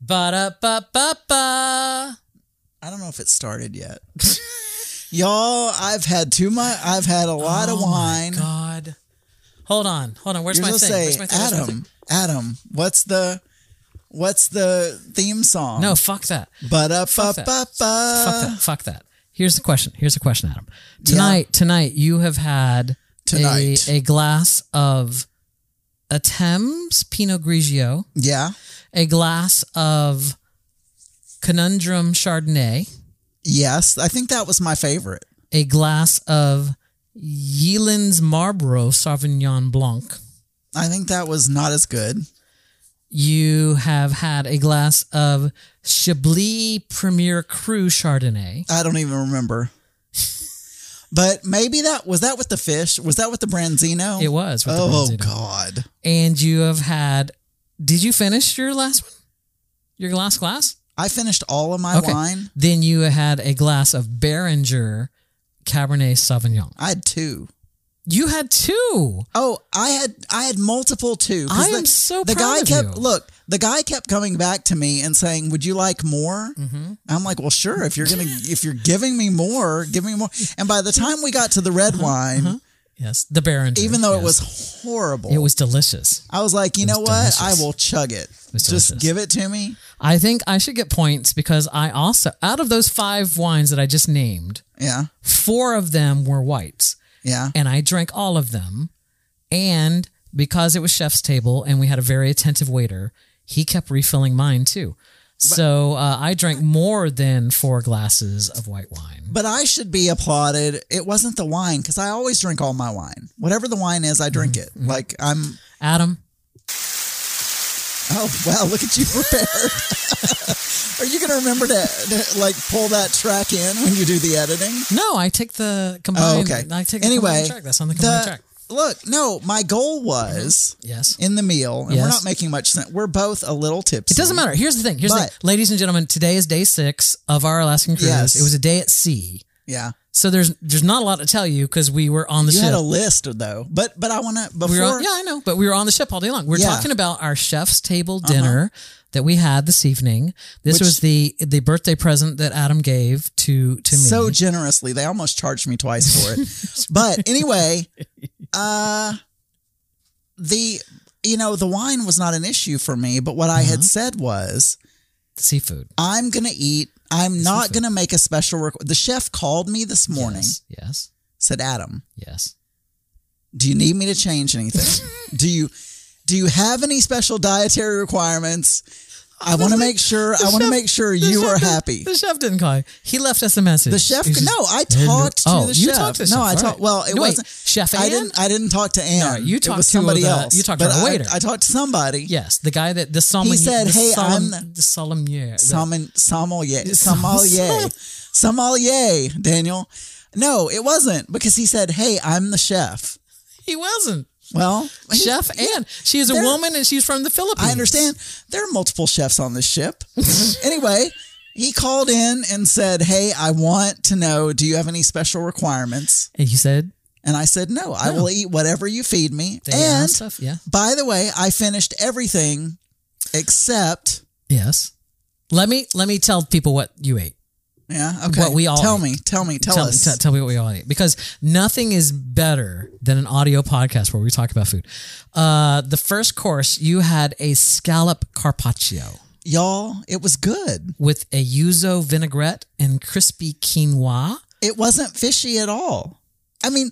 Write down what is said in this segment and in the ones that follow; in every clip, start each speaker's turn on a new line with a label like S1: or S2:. S1: Ba da ba ba ba.
S2: I don't know if it started yet. Y'all, I've had too much. I've had a lot of
S1: Oh my
S2: wine.
S1: God. Hold on. Hold on. Where's
S2: You're
S1: my
S2: supposed
S1: thing?
S2: to
S1: Where's
S2: say,
S1: my thing? Where's my
S2: Adam, Adam, what's the, what's the theme song?
S1: thing? No, fuck that.
S2: but up,
S1: fuck
S2: up,
S1: that.
S2: up,
S1: fuck
S2: Uh.
S1: that. Fuck that. Here's the question. Here's the question, Adam. Tonight, tonight you have had
S2: Tonight.
S1: A, a glass of a Thames Pinot Grigio,
S2: Yeah,
S1: a glass of Conundrum Chardonnay,
S2: yes, I think that was my favorite.
S1: a glass of Yeelands Marlborough Sauvignon Blanc.
S2: I think that was not as good.
S1: You have had a glass of Chablis Premier Cru Chardonnay.
S2: I don't even remember. but maybe that was that with the fish. Was that with the branzino?
S1: It was with the
S2: oh
S1: Branzino.
S2: God!
S1: and you have had. Did you finish your last one? Your last glass?
S2: I finished all of my
S1: Okay.
S2: wine.
S1: Then you had a glass of Behringer Cabernet Sauvignon.
S2: I had two.
S1: You had two.
S2: Oh, I had I had multiple too. 'cause
S1: I am so
S2: the
S1: proud
S2: guy
S1: of
S2: kept
S1: you.
S2: look. The guy kept coming back to me and saying, "Would you like more?" Mm-hmm. I'm like, "Well, sure. If you're gonna if you're giving me more, give me more." And by the time we got to the red wine,
S1: Yes, the Behringer.
S2: even though
S1: Uh-huh. yes.
S2: it was horrible,
S1: it was delicious.
S2: I was like, "You know
S1: was
S2: what?
S1: delicious.
S2: I will chug it.
S1: was
S2: Just
S1: delicious.
S2: give it to me."
S1: I think I should get points because I also out of those five wines that I just named,
S2: Yeah,
S1: four of them were whites,
S2: yeah.
S1: and I drank all of them. And because it was chef's table and we had a very attentive waiter, he kept refilling mine too. So uh, I drank more than four glasses of white wine.
S2: But I should be applauded. It wasn't the wine because I always drink all my wine. Whatever the wine is, I drink
S1: Mm-hmm.
S2: it. Like I'm.
S1: Adam,
S2: Oh wow! Look at you prepared. Are you gonna remember to, to like pull that track in when you do the editing?
S1: No, I take the
S2: Oh,
S1: combined.
S2: okay.
S1: I take the
S2: anyway,
S1: combined track. That's on the combined track.
S2: Look, no, my goal was
S1: Yes.
S2: in the meal, and we're
S1: Yes.
S2: not making much sense. We're both a little tipsy.
S1: It doesn't matter. Here's the thing. Here's the
S2: But-
S1: thing. ladies and gentlemen. Today is day six of our Alaskan cruise.
S2: Yes.
S1: It was a day at sea,
S2: Yeah,
S1: so there's there's not a lot to tell you because we were on the
S2: you
S1: ship.
S2: had a list though, but but I want to before.
S1: we were on, yeah, I know, but we were on the ship all day long. We're
S2: Yeah. Uh-huh.
S1: talking about our chef's table dinner that we had this evening. This
S2: Which-
S1: was the the birthday present that Adam gave to to me.
S2: so generously. They almost charged me twice for it. but anyway, uh the you know, the wine was not an issue for me, but what I had
S1: Uh-huh.
S2: said was
S1: seafood.
S2: I'm going to eat I'm not going to make a special requ The chef called me this morning,
S1: Yes. Yes.
S2: said, "Adam,
S1: Yes.
S2: do you need me to change anything? do you do you have any special dietary requirements? I want to make sure I want to
S1: chef-
S2: make sure
S1: The
S2: you
S1: chef
S2: are
S1: didn't-
S2: happy."
S1: The chef didn't call. you. He left us a message.
S2: The chef?
S1: He's just-
S2: no, I talked to
S1: oh,
S2: the
S1: you
S2: chef.
S1: talked to the
S2: no,
S1: chef,
S2: I
S1: all
S2: talked.
S1: right.
S2: Well, it
S1: Wait,
S2: wasn't
S1: Chef
S2: I
S1: Ann?
S2: didn't. I didn't talk to Ann.
S1: No, you
S2: It
S1: talked
S2: was
S1: to
S2: somebody
S1: the-
S2: else.
S1: you talked to
S2: but
S1: our
S2: I-
S1: waiter.
S2: I, talked to somebody.
S1: Yes, the guy that the sommelier.
S2: said,
S1: the
S2: "Hey,
S1: somm-
S2: I'm-
S1: the sommelier." the-
S2: Salmon, sommelier,
S1: Som-
S2: sommelier, sommelier. Daniel. No, it wasn't because he said, "Hey, I'm the chef."
S1: he wasn't
S2: Well, he-
S1: chef.
S2: yeah,
S1: Ann. she is a
S2: They're-
S1: woman and she's from the Philippines.
S2: I understand. There are multiple chefs on this ship. anyway, he called in and said, "Hey, I want to know, do you have any special requirements?"
S1: And you said
S2: And I said, "No, I will eat whatever you feed me."
S1: Oh. they
S2: and
S1: asked stuff. Yeah.
S2: By the way, I finished everything except
S1: Yes. Let me let me tell people what you ate.
S2: yeah. Okay,
S1: What we all
S2: tell
S1: ate.
S2: me, tell me, tell,
S1: Tell,
S2: us.
S1: tell, tell me what we all ate because nothing is better than an audio podcast where we talk about food. Uh, the first course you had a scallop carpaccio
S2: Y'all, it was good.
S1: with a yuzu vinaigrette and crispy quinoa.
S2: It wasn't fishy at all. I mean,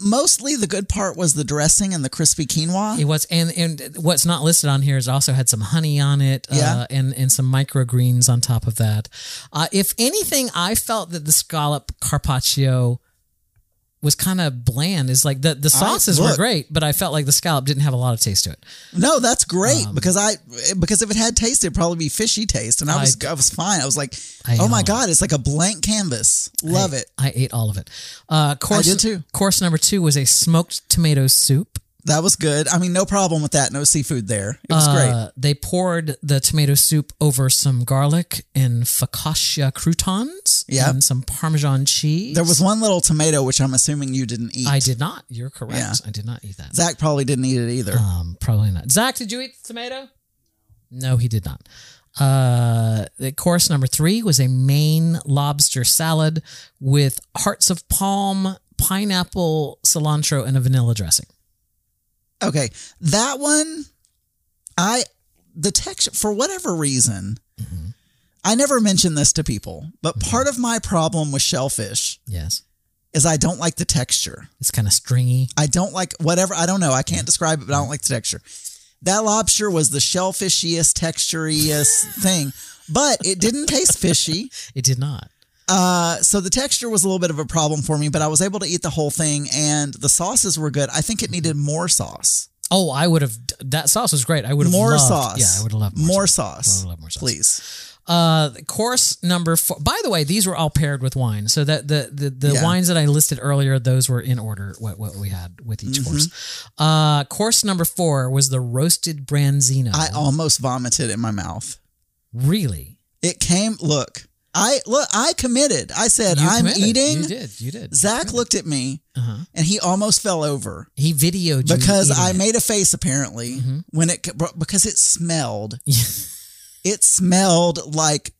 S2: mostly the good part was the dressing and the crispy quinoa.
S1: It was, and and what's not listed on here is also had some honey on it,
S2: Yeah.
S1: uh, and and some microgreens on top of that. Uh, if anything, I felt that the scallop carpaccio was kind of bland. Is like the the sauces were
S2: look.
S1: great, but I felt like the scallop didn't have a lot of taste to it.
S2: no, that's great
S1: Um,
S2: because I because if it had taste, it'd probably be fishy taste, and I was I, was fine. I was like,
S1: I
S2: oh my
S1: know.
S2: god, it's like a blank canvas. Love it.
S1: I ate all of it. Uh, course
S2: did too.
S1: Course number two was a smoked tomato soup.
S2: That was good. I mean, no problem with that. No seafood there. It was great.
S1: Uh, they poured the tomato soup over some garlic and focaccia croutons
S2: Yep.
S1: and some Parmesan cheese.
S2: There was one little tomato which I'm assuming you didn't eat.
S1: I did not. You're correct.
S2: Yeah.
S1: I did not eat that.
S2: Zach probably didn't eat it either.
S1: Um, probably not. Zach, did you eat the tomato? No, he did not. Uh, the course number three was a Maine lobster salad with hearts of palm, pineapple, cilantro, and a vanilla dressing.
S2: Okay, that one, I the texture for whatever reason, I never mention this to people, but part of my problem with shellfish
S1: Yes.
S2: is I don't like the texture.
S1: It's kind of stringy.
S2: I don't like whatever. I don't know. I can't describe it, but I don't like the texture. That lobster was the shellfishiest, texturiest thing, but it didn't taste fishy.
S1: It did not.
S2: Uh, so the texture was a little bit of a problem for me, but I was able to eat the whole thing, and the sauces were good. I think it needed more sauce.
S1: Oh, I would have. That sauce was great. I would have
S2: More
S1: loved-
S2: sauce.
S1: Yeah, I would have loved more,
S2: more
S1: sauce. I
S2: sauce.
S1: would've loved more sauce.
S2: Please.
S1: Uh, course number four. By the way, these were all paired with wine. So that the the, the
S2: Yeah.
S1: wines that I listed earlier, those were in order. What what we had with
S2: Mm-hmm.
S1: each course. Uh, course number four was the roasted branzino.
S2: I almost vomited in my mouth.
S1: really.
S2: It came. Look, I look. I committed. I said
S1: You
S2: I'm
S1: committed. You
S2: eating.
S1: did. You did.
S2: Zach looked at me,
S1: Uh-huh.
S2: and he almost fell over.
S1: He videoed you
S2: because
S1: eating
S2: I
S1: it.
S2: made a face apparently
S1: Mhm.
S2: when it because it smelled. it smelled like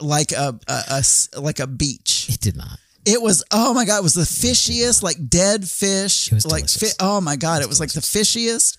S2: like a, a, a s- like a beach.
S1: It did not.
S2: It was oh my god, it was the fishiest like dead fish.
S1: It was
S2: like fi-
S1: delicious.
S2: oh my god, it was like the fishiest.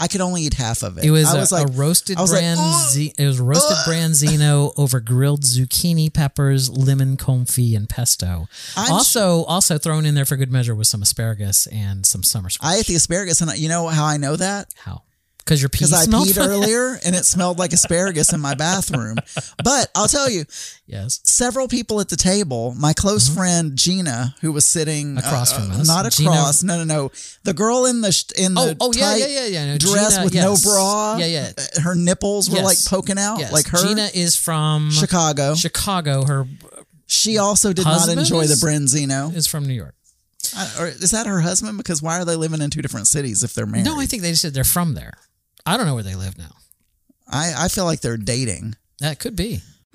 S2: I could only eat half of it.
S1: It was,
S2: I
S1: a,
S2: was like
S1: a roasted
S2: I was like, "Oh,
S1: branzi- It was roasted
S2: ugh.
S1: branzino over grilled zucchini, peppers, lemon confit, and pesto.
S2: I'm
S1: also, also thrown in there for good measure was some asparagus and some summer squash.
S2: I ate the asparagus and I, you know how I know that?
S1: How? Because your pee
S2: Because I
S1: smelled
S2: peed
S1: funny.
S2: earlier and it smelled like asparagus in my bathroom. But I'll tell you,
S1: Yes.
S2: several people at the table. My close friend Gina, who was sitting
S1: Mm-hmm.
S2: uh,
S1: Across from us.
S2: not
S1: Gina-
S2: across. No, no, no. The girl in the sh- in
S1: Oh,
S2: the
S1: oh yeah,
S2: tight
S1: yeah, yeah, yeah. No,
S2: dress
S1: Gina-
S2: with
S1: yes.
S2: no bra.
S1: Yeah, yeah.
S2: uh, Her nipples were
S1: Yes.
S2: like poking out,
S1: Yes.
S2: like her.
S1: Gina is from
S2: Chicago.
S1: Chicago. Her
S2: She also did
S1: Husband
S2: not enjoy the
S1: is-
S2: Branzino.
S1: is from New York.
S2: I- or is that her husband? Because why are they living in two different cities if they're married?
S1: No, I think they just said they're from there. I don't know where they live now.
S2: I, I feel like they're dating.
S1: That could be.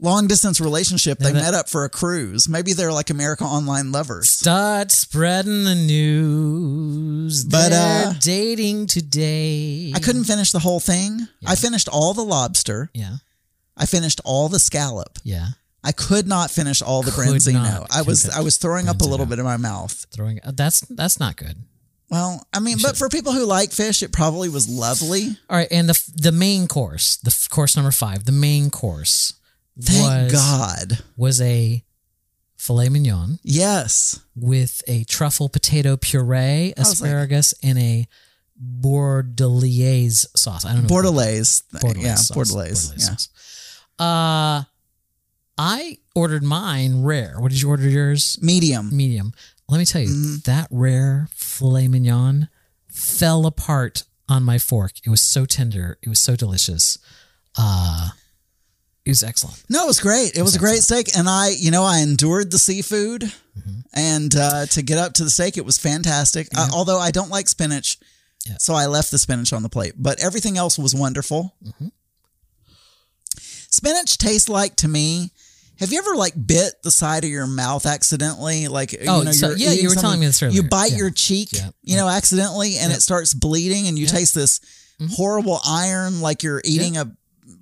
S2: Long distance relationship. They
S1: that-
S2: met up for a cruise. Maybe they're like America Online lovers.
S1: Start spreading the news.
S2: But,
S1: They're
S2: uh,
S1: dating today.
S2: I couldn't finish the whole thing. I finished all the lobster.
S1: Yeah,
S2: I finished all the scallop.
S1: yeah.
S2: I could not finish all the
S1: Could
S2: branzino.
S1: not
S2: I was
S1: finish
S2: I was throwing up a little
S1: branzino.
S2: bit in my mouth.
S1: Throwing. uh, That's that's not good.
S2: Well, I mean, but for people who like fish, it probably was lovely.
S1: All right, and the f- the main course, the f- course number five, the main course was
S2: Thank God.
S1: was a filet mignon
S2: Yes.
S1: with a truffle potato puree,
S2: was like-
S1: asparagus, and a bordelaise sauce. I don't know.
S2: Bordelaise.
S1: Mm-hmm. Bordelaise
S2: yeah,
S1: sauce.
S2: Bordelaise. Yeah.
S1: sauce. Uh, I ordered mine rare. What did you order yours?
S2: Medium.
S1: Medium. Let me tell you,
S2: Mm-hmm.
S1: that rare filet mignon fell apart on my fork. It was so tender. It was so delicious. Uh, it was excellent.
S2: No, it was great. It was a great steak. And I, you know, I endured the seafood.
S1: Mm-hmm.
S2: And uh, to get up to the steak, it was fantastic. Uh, although I don't like spinach.
S1: Yeah.
S2: So I left the spinach on the plate, but everything else was wonderful.
S1: Mm-hmm.
S2: Spinach tastes like to me. Have you ever like bit the side of your mouth accidentally? Like,
S1: Oh,
S2: you know,
S1: so-
S2: you're
S1: yeah, you
S2: eating
S1: were telling
S2: something,
S1: me this earlier.
S2: You bite
S1: Yeah.
S2: your cheek,
S1: Yeah.
S2: you know, accidentally, and
S1: Yeah.
S2: it starts bleeding, and you
S1: Yeah.
S2: taste this
S1: Mm-hmm.
S2: horrible iron, like you're eating a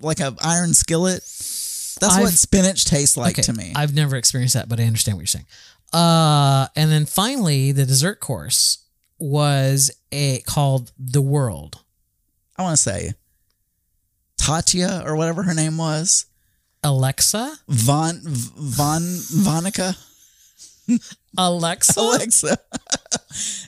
S2: like a iron skillet. That's what
S1: I've-
S2: spinach tastes like
S1: okay,
S2: to me.
S1: I've never experienced that, but I understand what you're saying. Uh, and then finally, the dessert course was a called the world.
S2: I want to say Tatya or whatever her name was.
S1: Alexa,
S2: Von Von Vonica
S1: Alexa,
S2: Alexa.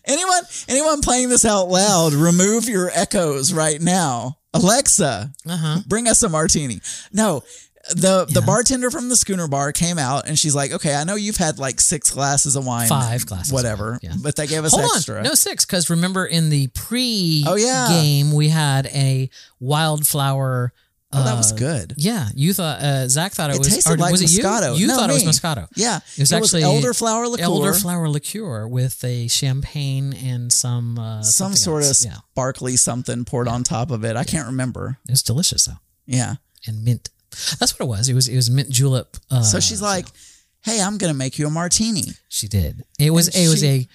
S2: anyone anyone playing this out loud, remove your echoes right now. Alexa,
S1: uh-huh.
S2: bring us a martini. No, the the bartender from the schooner bar came out and she's like, "Okay, I know you've had like six glasses of wine,
S1: Five glasses of
S2: whatever,
S1: wine, yeah.
S2: but they gave us
S1: Hold
S2: extra."
S1: on, no six, because remember in the pre
S2: Oh, yeah.
S1: game we had a wildflower uh,
S2: Oh, that was good.
S1: Yeah, you thought uh, Zach thought it,
S2: It
S1: was.
S2: tasted
S1: or
S2: like
S1: was it you?
S2: Moscato.
S1: You
S2: No,
S1: thought it
S2: me.
S1: was Moscato.
S2: Yeah,
S1: It was actually
S2: elderflower liqueur,
S1: elderflower liqueur with a champagne and some uh,
S2: some
S1: something
S2: sort
S1: else.
S2: of
S1: yeah.
S2: sparkly something poured on top of it. I can't remember.
S1: It was delicious though,
S2: Yeah.
S1: and mint. That's what it was. It was it was mint julep. Uh,
S2: So she's like, "Hey, I'm gonna make you a martini."
S1: she did. It was
S2: And
S1: it was a
S2: she-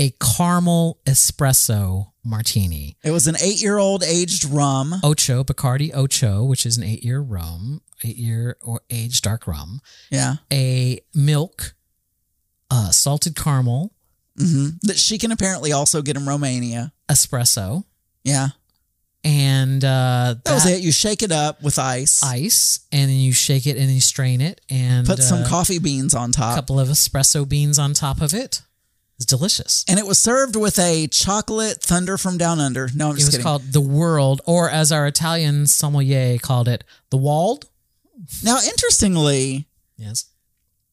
S1: a caramel espresso martini.
S2: It was an eight-year-old aged rum.
S1: Ocho Bacardi Ocho, which is an eight year rum, eight year or age dark rum.
S2: Yeah.
S1: A milk, uh, salted caramel,
S2: hmm That she can apparently also get in Romania.
S1: espresso,
S2: Yeah.
S1: and uh,
S2: That, was it. You shake it up with ice.
S1: ice, and then you shake it and you strain it, and
S2: Put some
S1: uh,
S2: coffee beans on
S1: a
S2: top.
S1: couple of espresso beans on top of it. It's delicious.
S2: And it was served with a chocolate thunder from down under. No, I'm
S1: It
S2: just
S1: was
S2: kidding.
S1: called the world, or as our Italian sommelier called it, the walled.
S2: now, interestingly,
S1: Yes.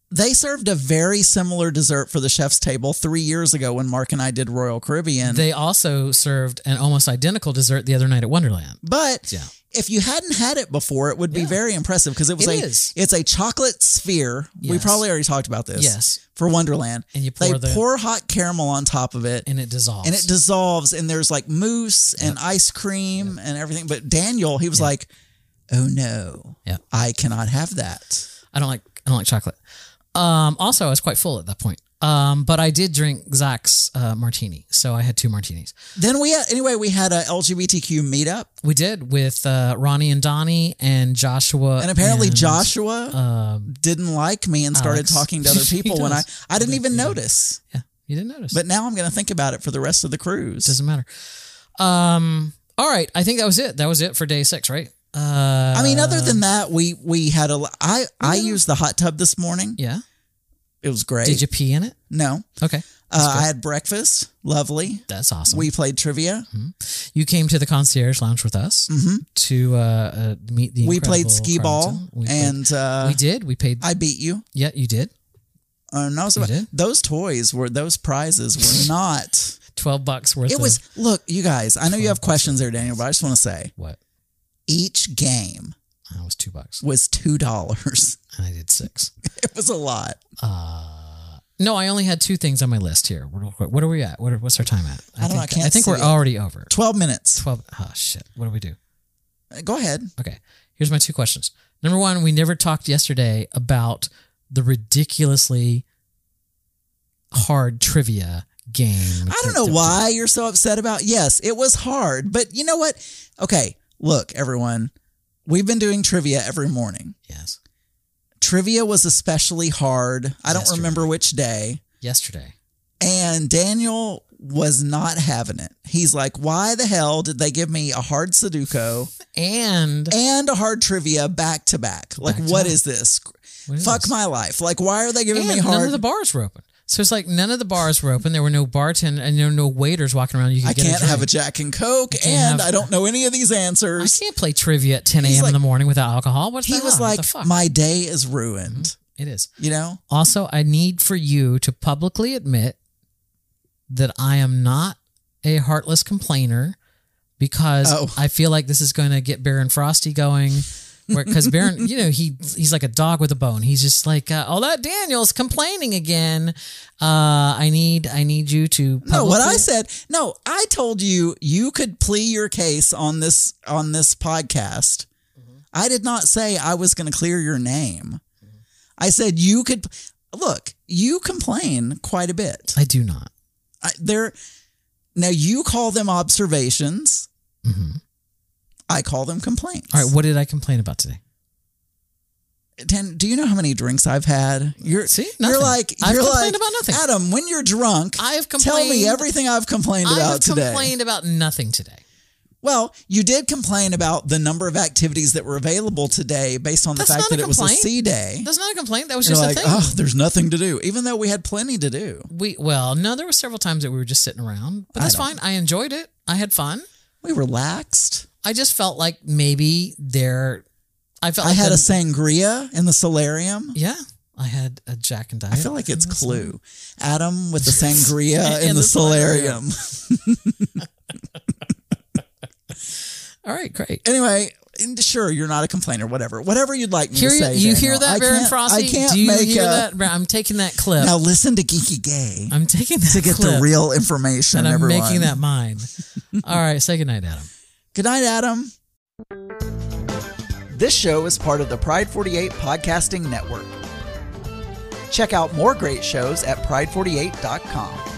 S2: they served a very similar dessert for the chef's table three years ago when Mark and I did Royal Caribbean.
S1: They also served an almost identical dessert the other night at Wonderland.
S2: but
S1: Yeah.
S2: if you hadn't had it before, it would be
S1: Yeah.
S2: very impressive because it was
S1: It
S2: a
S1: is.
S2: it's a chocolate sphere. We
S1: Yes.
S2: probably already talked about this.
S1: Yes.
S2: For Wonderland.
S1: And you
S2: They
S1: pour the
S2: pour hot caramel on top of it.
S1: and it dissolves.
S2: and it dissolves and there's like mousse and ice cream and everything but daniel he was like oh no
S1: Yeah.
S2: i cannot have that
S1: I don't like I don't like chocolate. Um, also, I was quite full at that point. Um, but I did drink Zach's uh, martini, so I had two martinis.
S2: then we had anyway we had a lgbtq meetup
S1: We did with uh, Ronnie and Donnie and Joshua,
S2: and apparently
S1: and,
S2: joshua
S1: Um,
S2: didn't like me and started
S1: Alex.
S2: talking to other
S1: He
S2: people when i
S1: does.
S2: i didn't even
S1: He does.
S2: notice
S1: yeah, you didn't notice,
S2: but now i'm going to think about it for the rest of the cruise
S1: doesn't matter. Um, all right, I think that was it. That was it for day six, right? Uh,
S2: i mean other than that we we had a i i used the hot tub this morning
S1: yeah,
S2: it was great
S1: did you pee in it?
S2: no
S1: Okay,
S2: uh, i had breakfast lovely
S1: that's awesome.
S2: we played trivia
S1: you came to the concierge lounge with us to uh, uh, meet the.
S2: Mm-hmm. we played
S1: incredible
S2: skee ball
S1: Carlton. We played-
S2: and uh,
S1: we did. We paid.
S2: I beat you.
S1: yeah, you did.
S2: Uh, no, so-
S1: You did?
S2: those toys were those prizes were not.
S1: 12 bucks worth
S2: It
S1: of
S2: was look, you guys. I know you have questions there, Daniel, but I just want to say
S1: what?
S2: each game
S1: That was 2 bucks.
S2: was two dollars.
S1: And I did 6.
S2: It was a lot.
S1: Uh No, I only had two things on my list here. Real quick. What are we at? What are, what's our time at?
S2: I don't
S1: think,
S2: know, I can't
S1: think
S2: see
S1: we're
S2: it.
S1: already over.
S2: Twelve minutes.
S1: 12 Oh shit. What do we do?
S2: Uh, Go ahead.
S1: Okay. Here's my two questions. Number 1, we never talked yesterday about the ridiculously hard trivia game.
S2: I don't know why you're so upset about. Yes, it was hard, but you know what? Okay, look, everyone. We've been doing trivia every morning.
S1: Yes.
S2: Trivia was especially hard. I don't
S1: Yesterday.
S2: remember which day.
S1: Yesterday.
S2: And Daniel was not having it. He's like, why the hell did they give me a hard Sudoku
S1: And
S2: and a hard trivia back to back? Like,
S1: Back to
S2: what
S1: back.
S2: is this?
S1: What is
S2: Fuck
S1: this?
S2: my life. Like, why are they giving me
S1: And none
S2: hard?
S1: of the bars were open. So it's like none of the bars were open. There were no bartend and there were no waiters walking around. You could
S2: I
S1: get
S2: can't
S1: a
S2: have a
S1: drink.
S2: Jack and Coke,
S1: can't have-
S2: and I don't know any of these
S1: I
S2: answers.
S1: can't play trivia at 10 a.m.
S2: He's
S1: in
S2: like-
S1: the morning without alcohol. What's
S2: He
S1: the
S2: was
S1: hell? What
S2: like,
S1: the fuck? Mm-hmm.
S2: my day is ruined.
S1: It is.
S2: You know?
S1: Also, I need for you to publicly admit that I am not a heartless complainer because
S2: Oh.
S1: I feel like this is going to get Baron Frosty going. Because Baron, you know, he he's like a dog with a bone. He's just like, uh, oh, that Daniel's complaining again. Uh, I need, I need you to.
S2: No, what I
S1: publicly-
S2: said. No, I told you you could plea your case on this on this podcast.
S1: Mm-hmm.
S2: I did not say I was going to clear your name. I said you could look. You complain quite a bit.
S1: I do not.
S2: I, there. Now you call them observations.
S1: hmm
S2: I call them complaints.
S1: All right, what did I complain about today?
S2: Dan, do you know how many drinks I've had? You're
S1: See,
S2: you're
S1: nothing.
S2: like
S1: I've
S2: you're
S1: complained
S2: like,
S1: about nothing.
S2: Adam, when you're drunk,
S1: I have
S2: tell me
S1: complained-
S2: everything I've complained
S1: I
S2: about
S1: have
S2: today.
S1: complained about nothing today.
S2: Well, you did complain about the number of activities that were available today based on the
S1: That's
S2: fact
S1: not
S2: that
S1: a
S2: it was a
S1: complaint.
S2: C day.
S1: That's not a complaint. That was
S2: You're
S1: just
S2: like,
S1: a thing.
S2: oh, there's nothing to do, even though we had plenty to do.
S1: We well, no, there were several times that we were just sitting around, but that's fine. I enjoyed it. I had fun.
S2: We relaxed.
S1: I just felt like maybe there. I felt
S2: I
S1: like
S2: had a
S1: the-
S2: sangria in the solarium.
S1: yeah. I had a Jack and Diet.
S2: I feel like it's Clue. Adam with the sangria
S1: In
S2: in the
S1: the solarium.
S2: solarium.
S1: all right, great.
S2: anyway, and sure, you're not a complainer, whatever. Whatever you'd like me
S1: Hear
S2: to
S1: you,
S2: say.
S1: you
S2: Daniel.
S1: hear that,
S2: I
S1: Baron
S2: can't-
S1: Frosty?
S2: I can't
S1: Do you
S2: make
S1: hear
S2: a-
S1: that? I'm taking that clip.
S2: Now listen to Geeky Gay
S1: I'm taking that
S2: to get
S1: clip,
S2: the real information,
S1: and I'm
S2: everyone.
S1: making that mine. All right, say goodnight, Adam.
S2: Good night, Adam. This show is part of the Pride 48 Podcasting Network. Check out more great shows at pride48.com.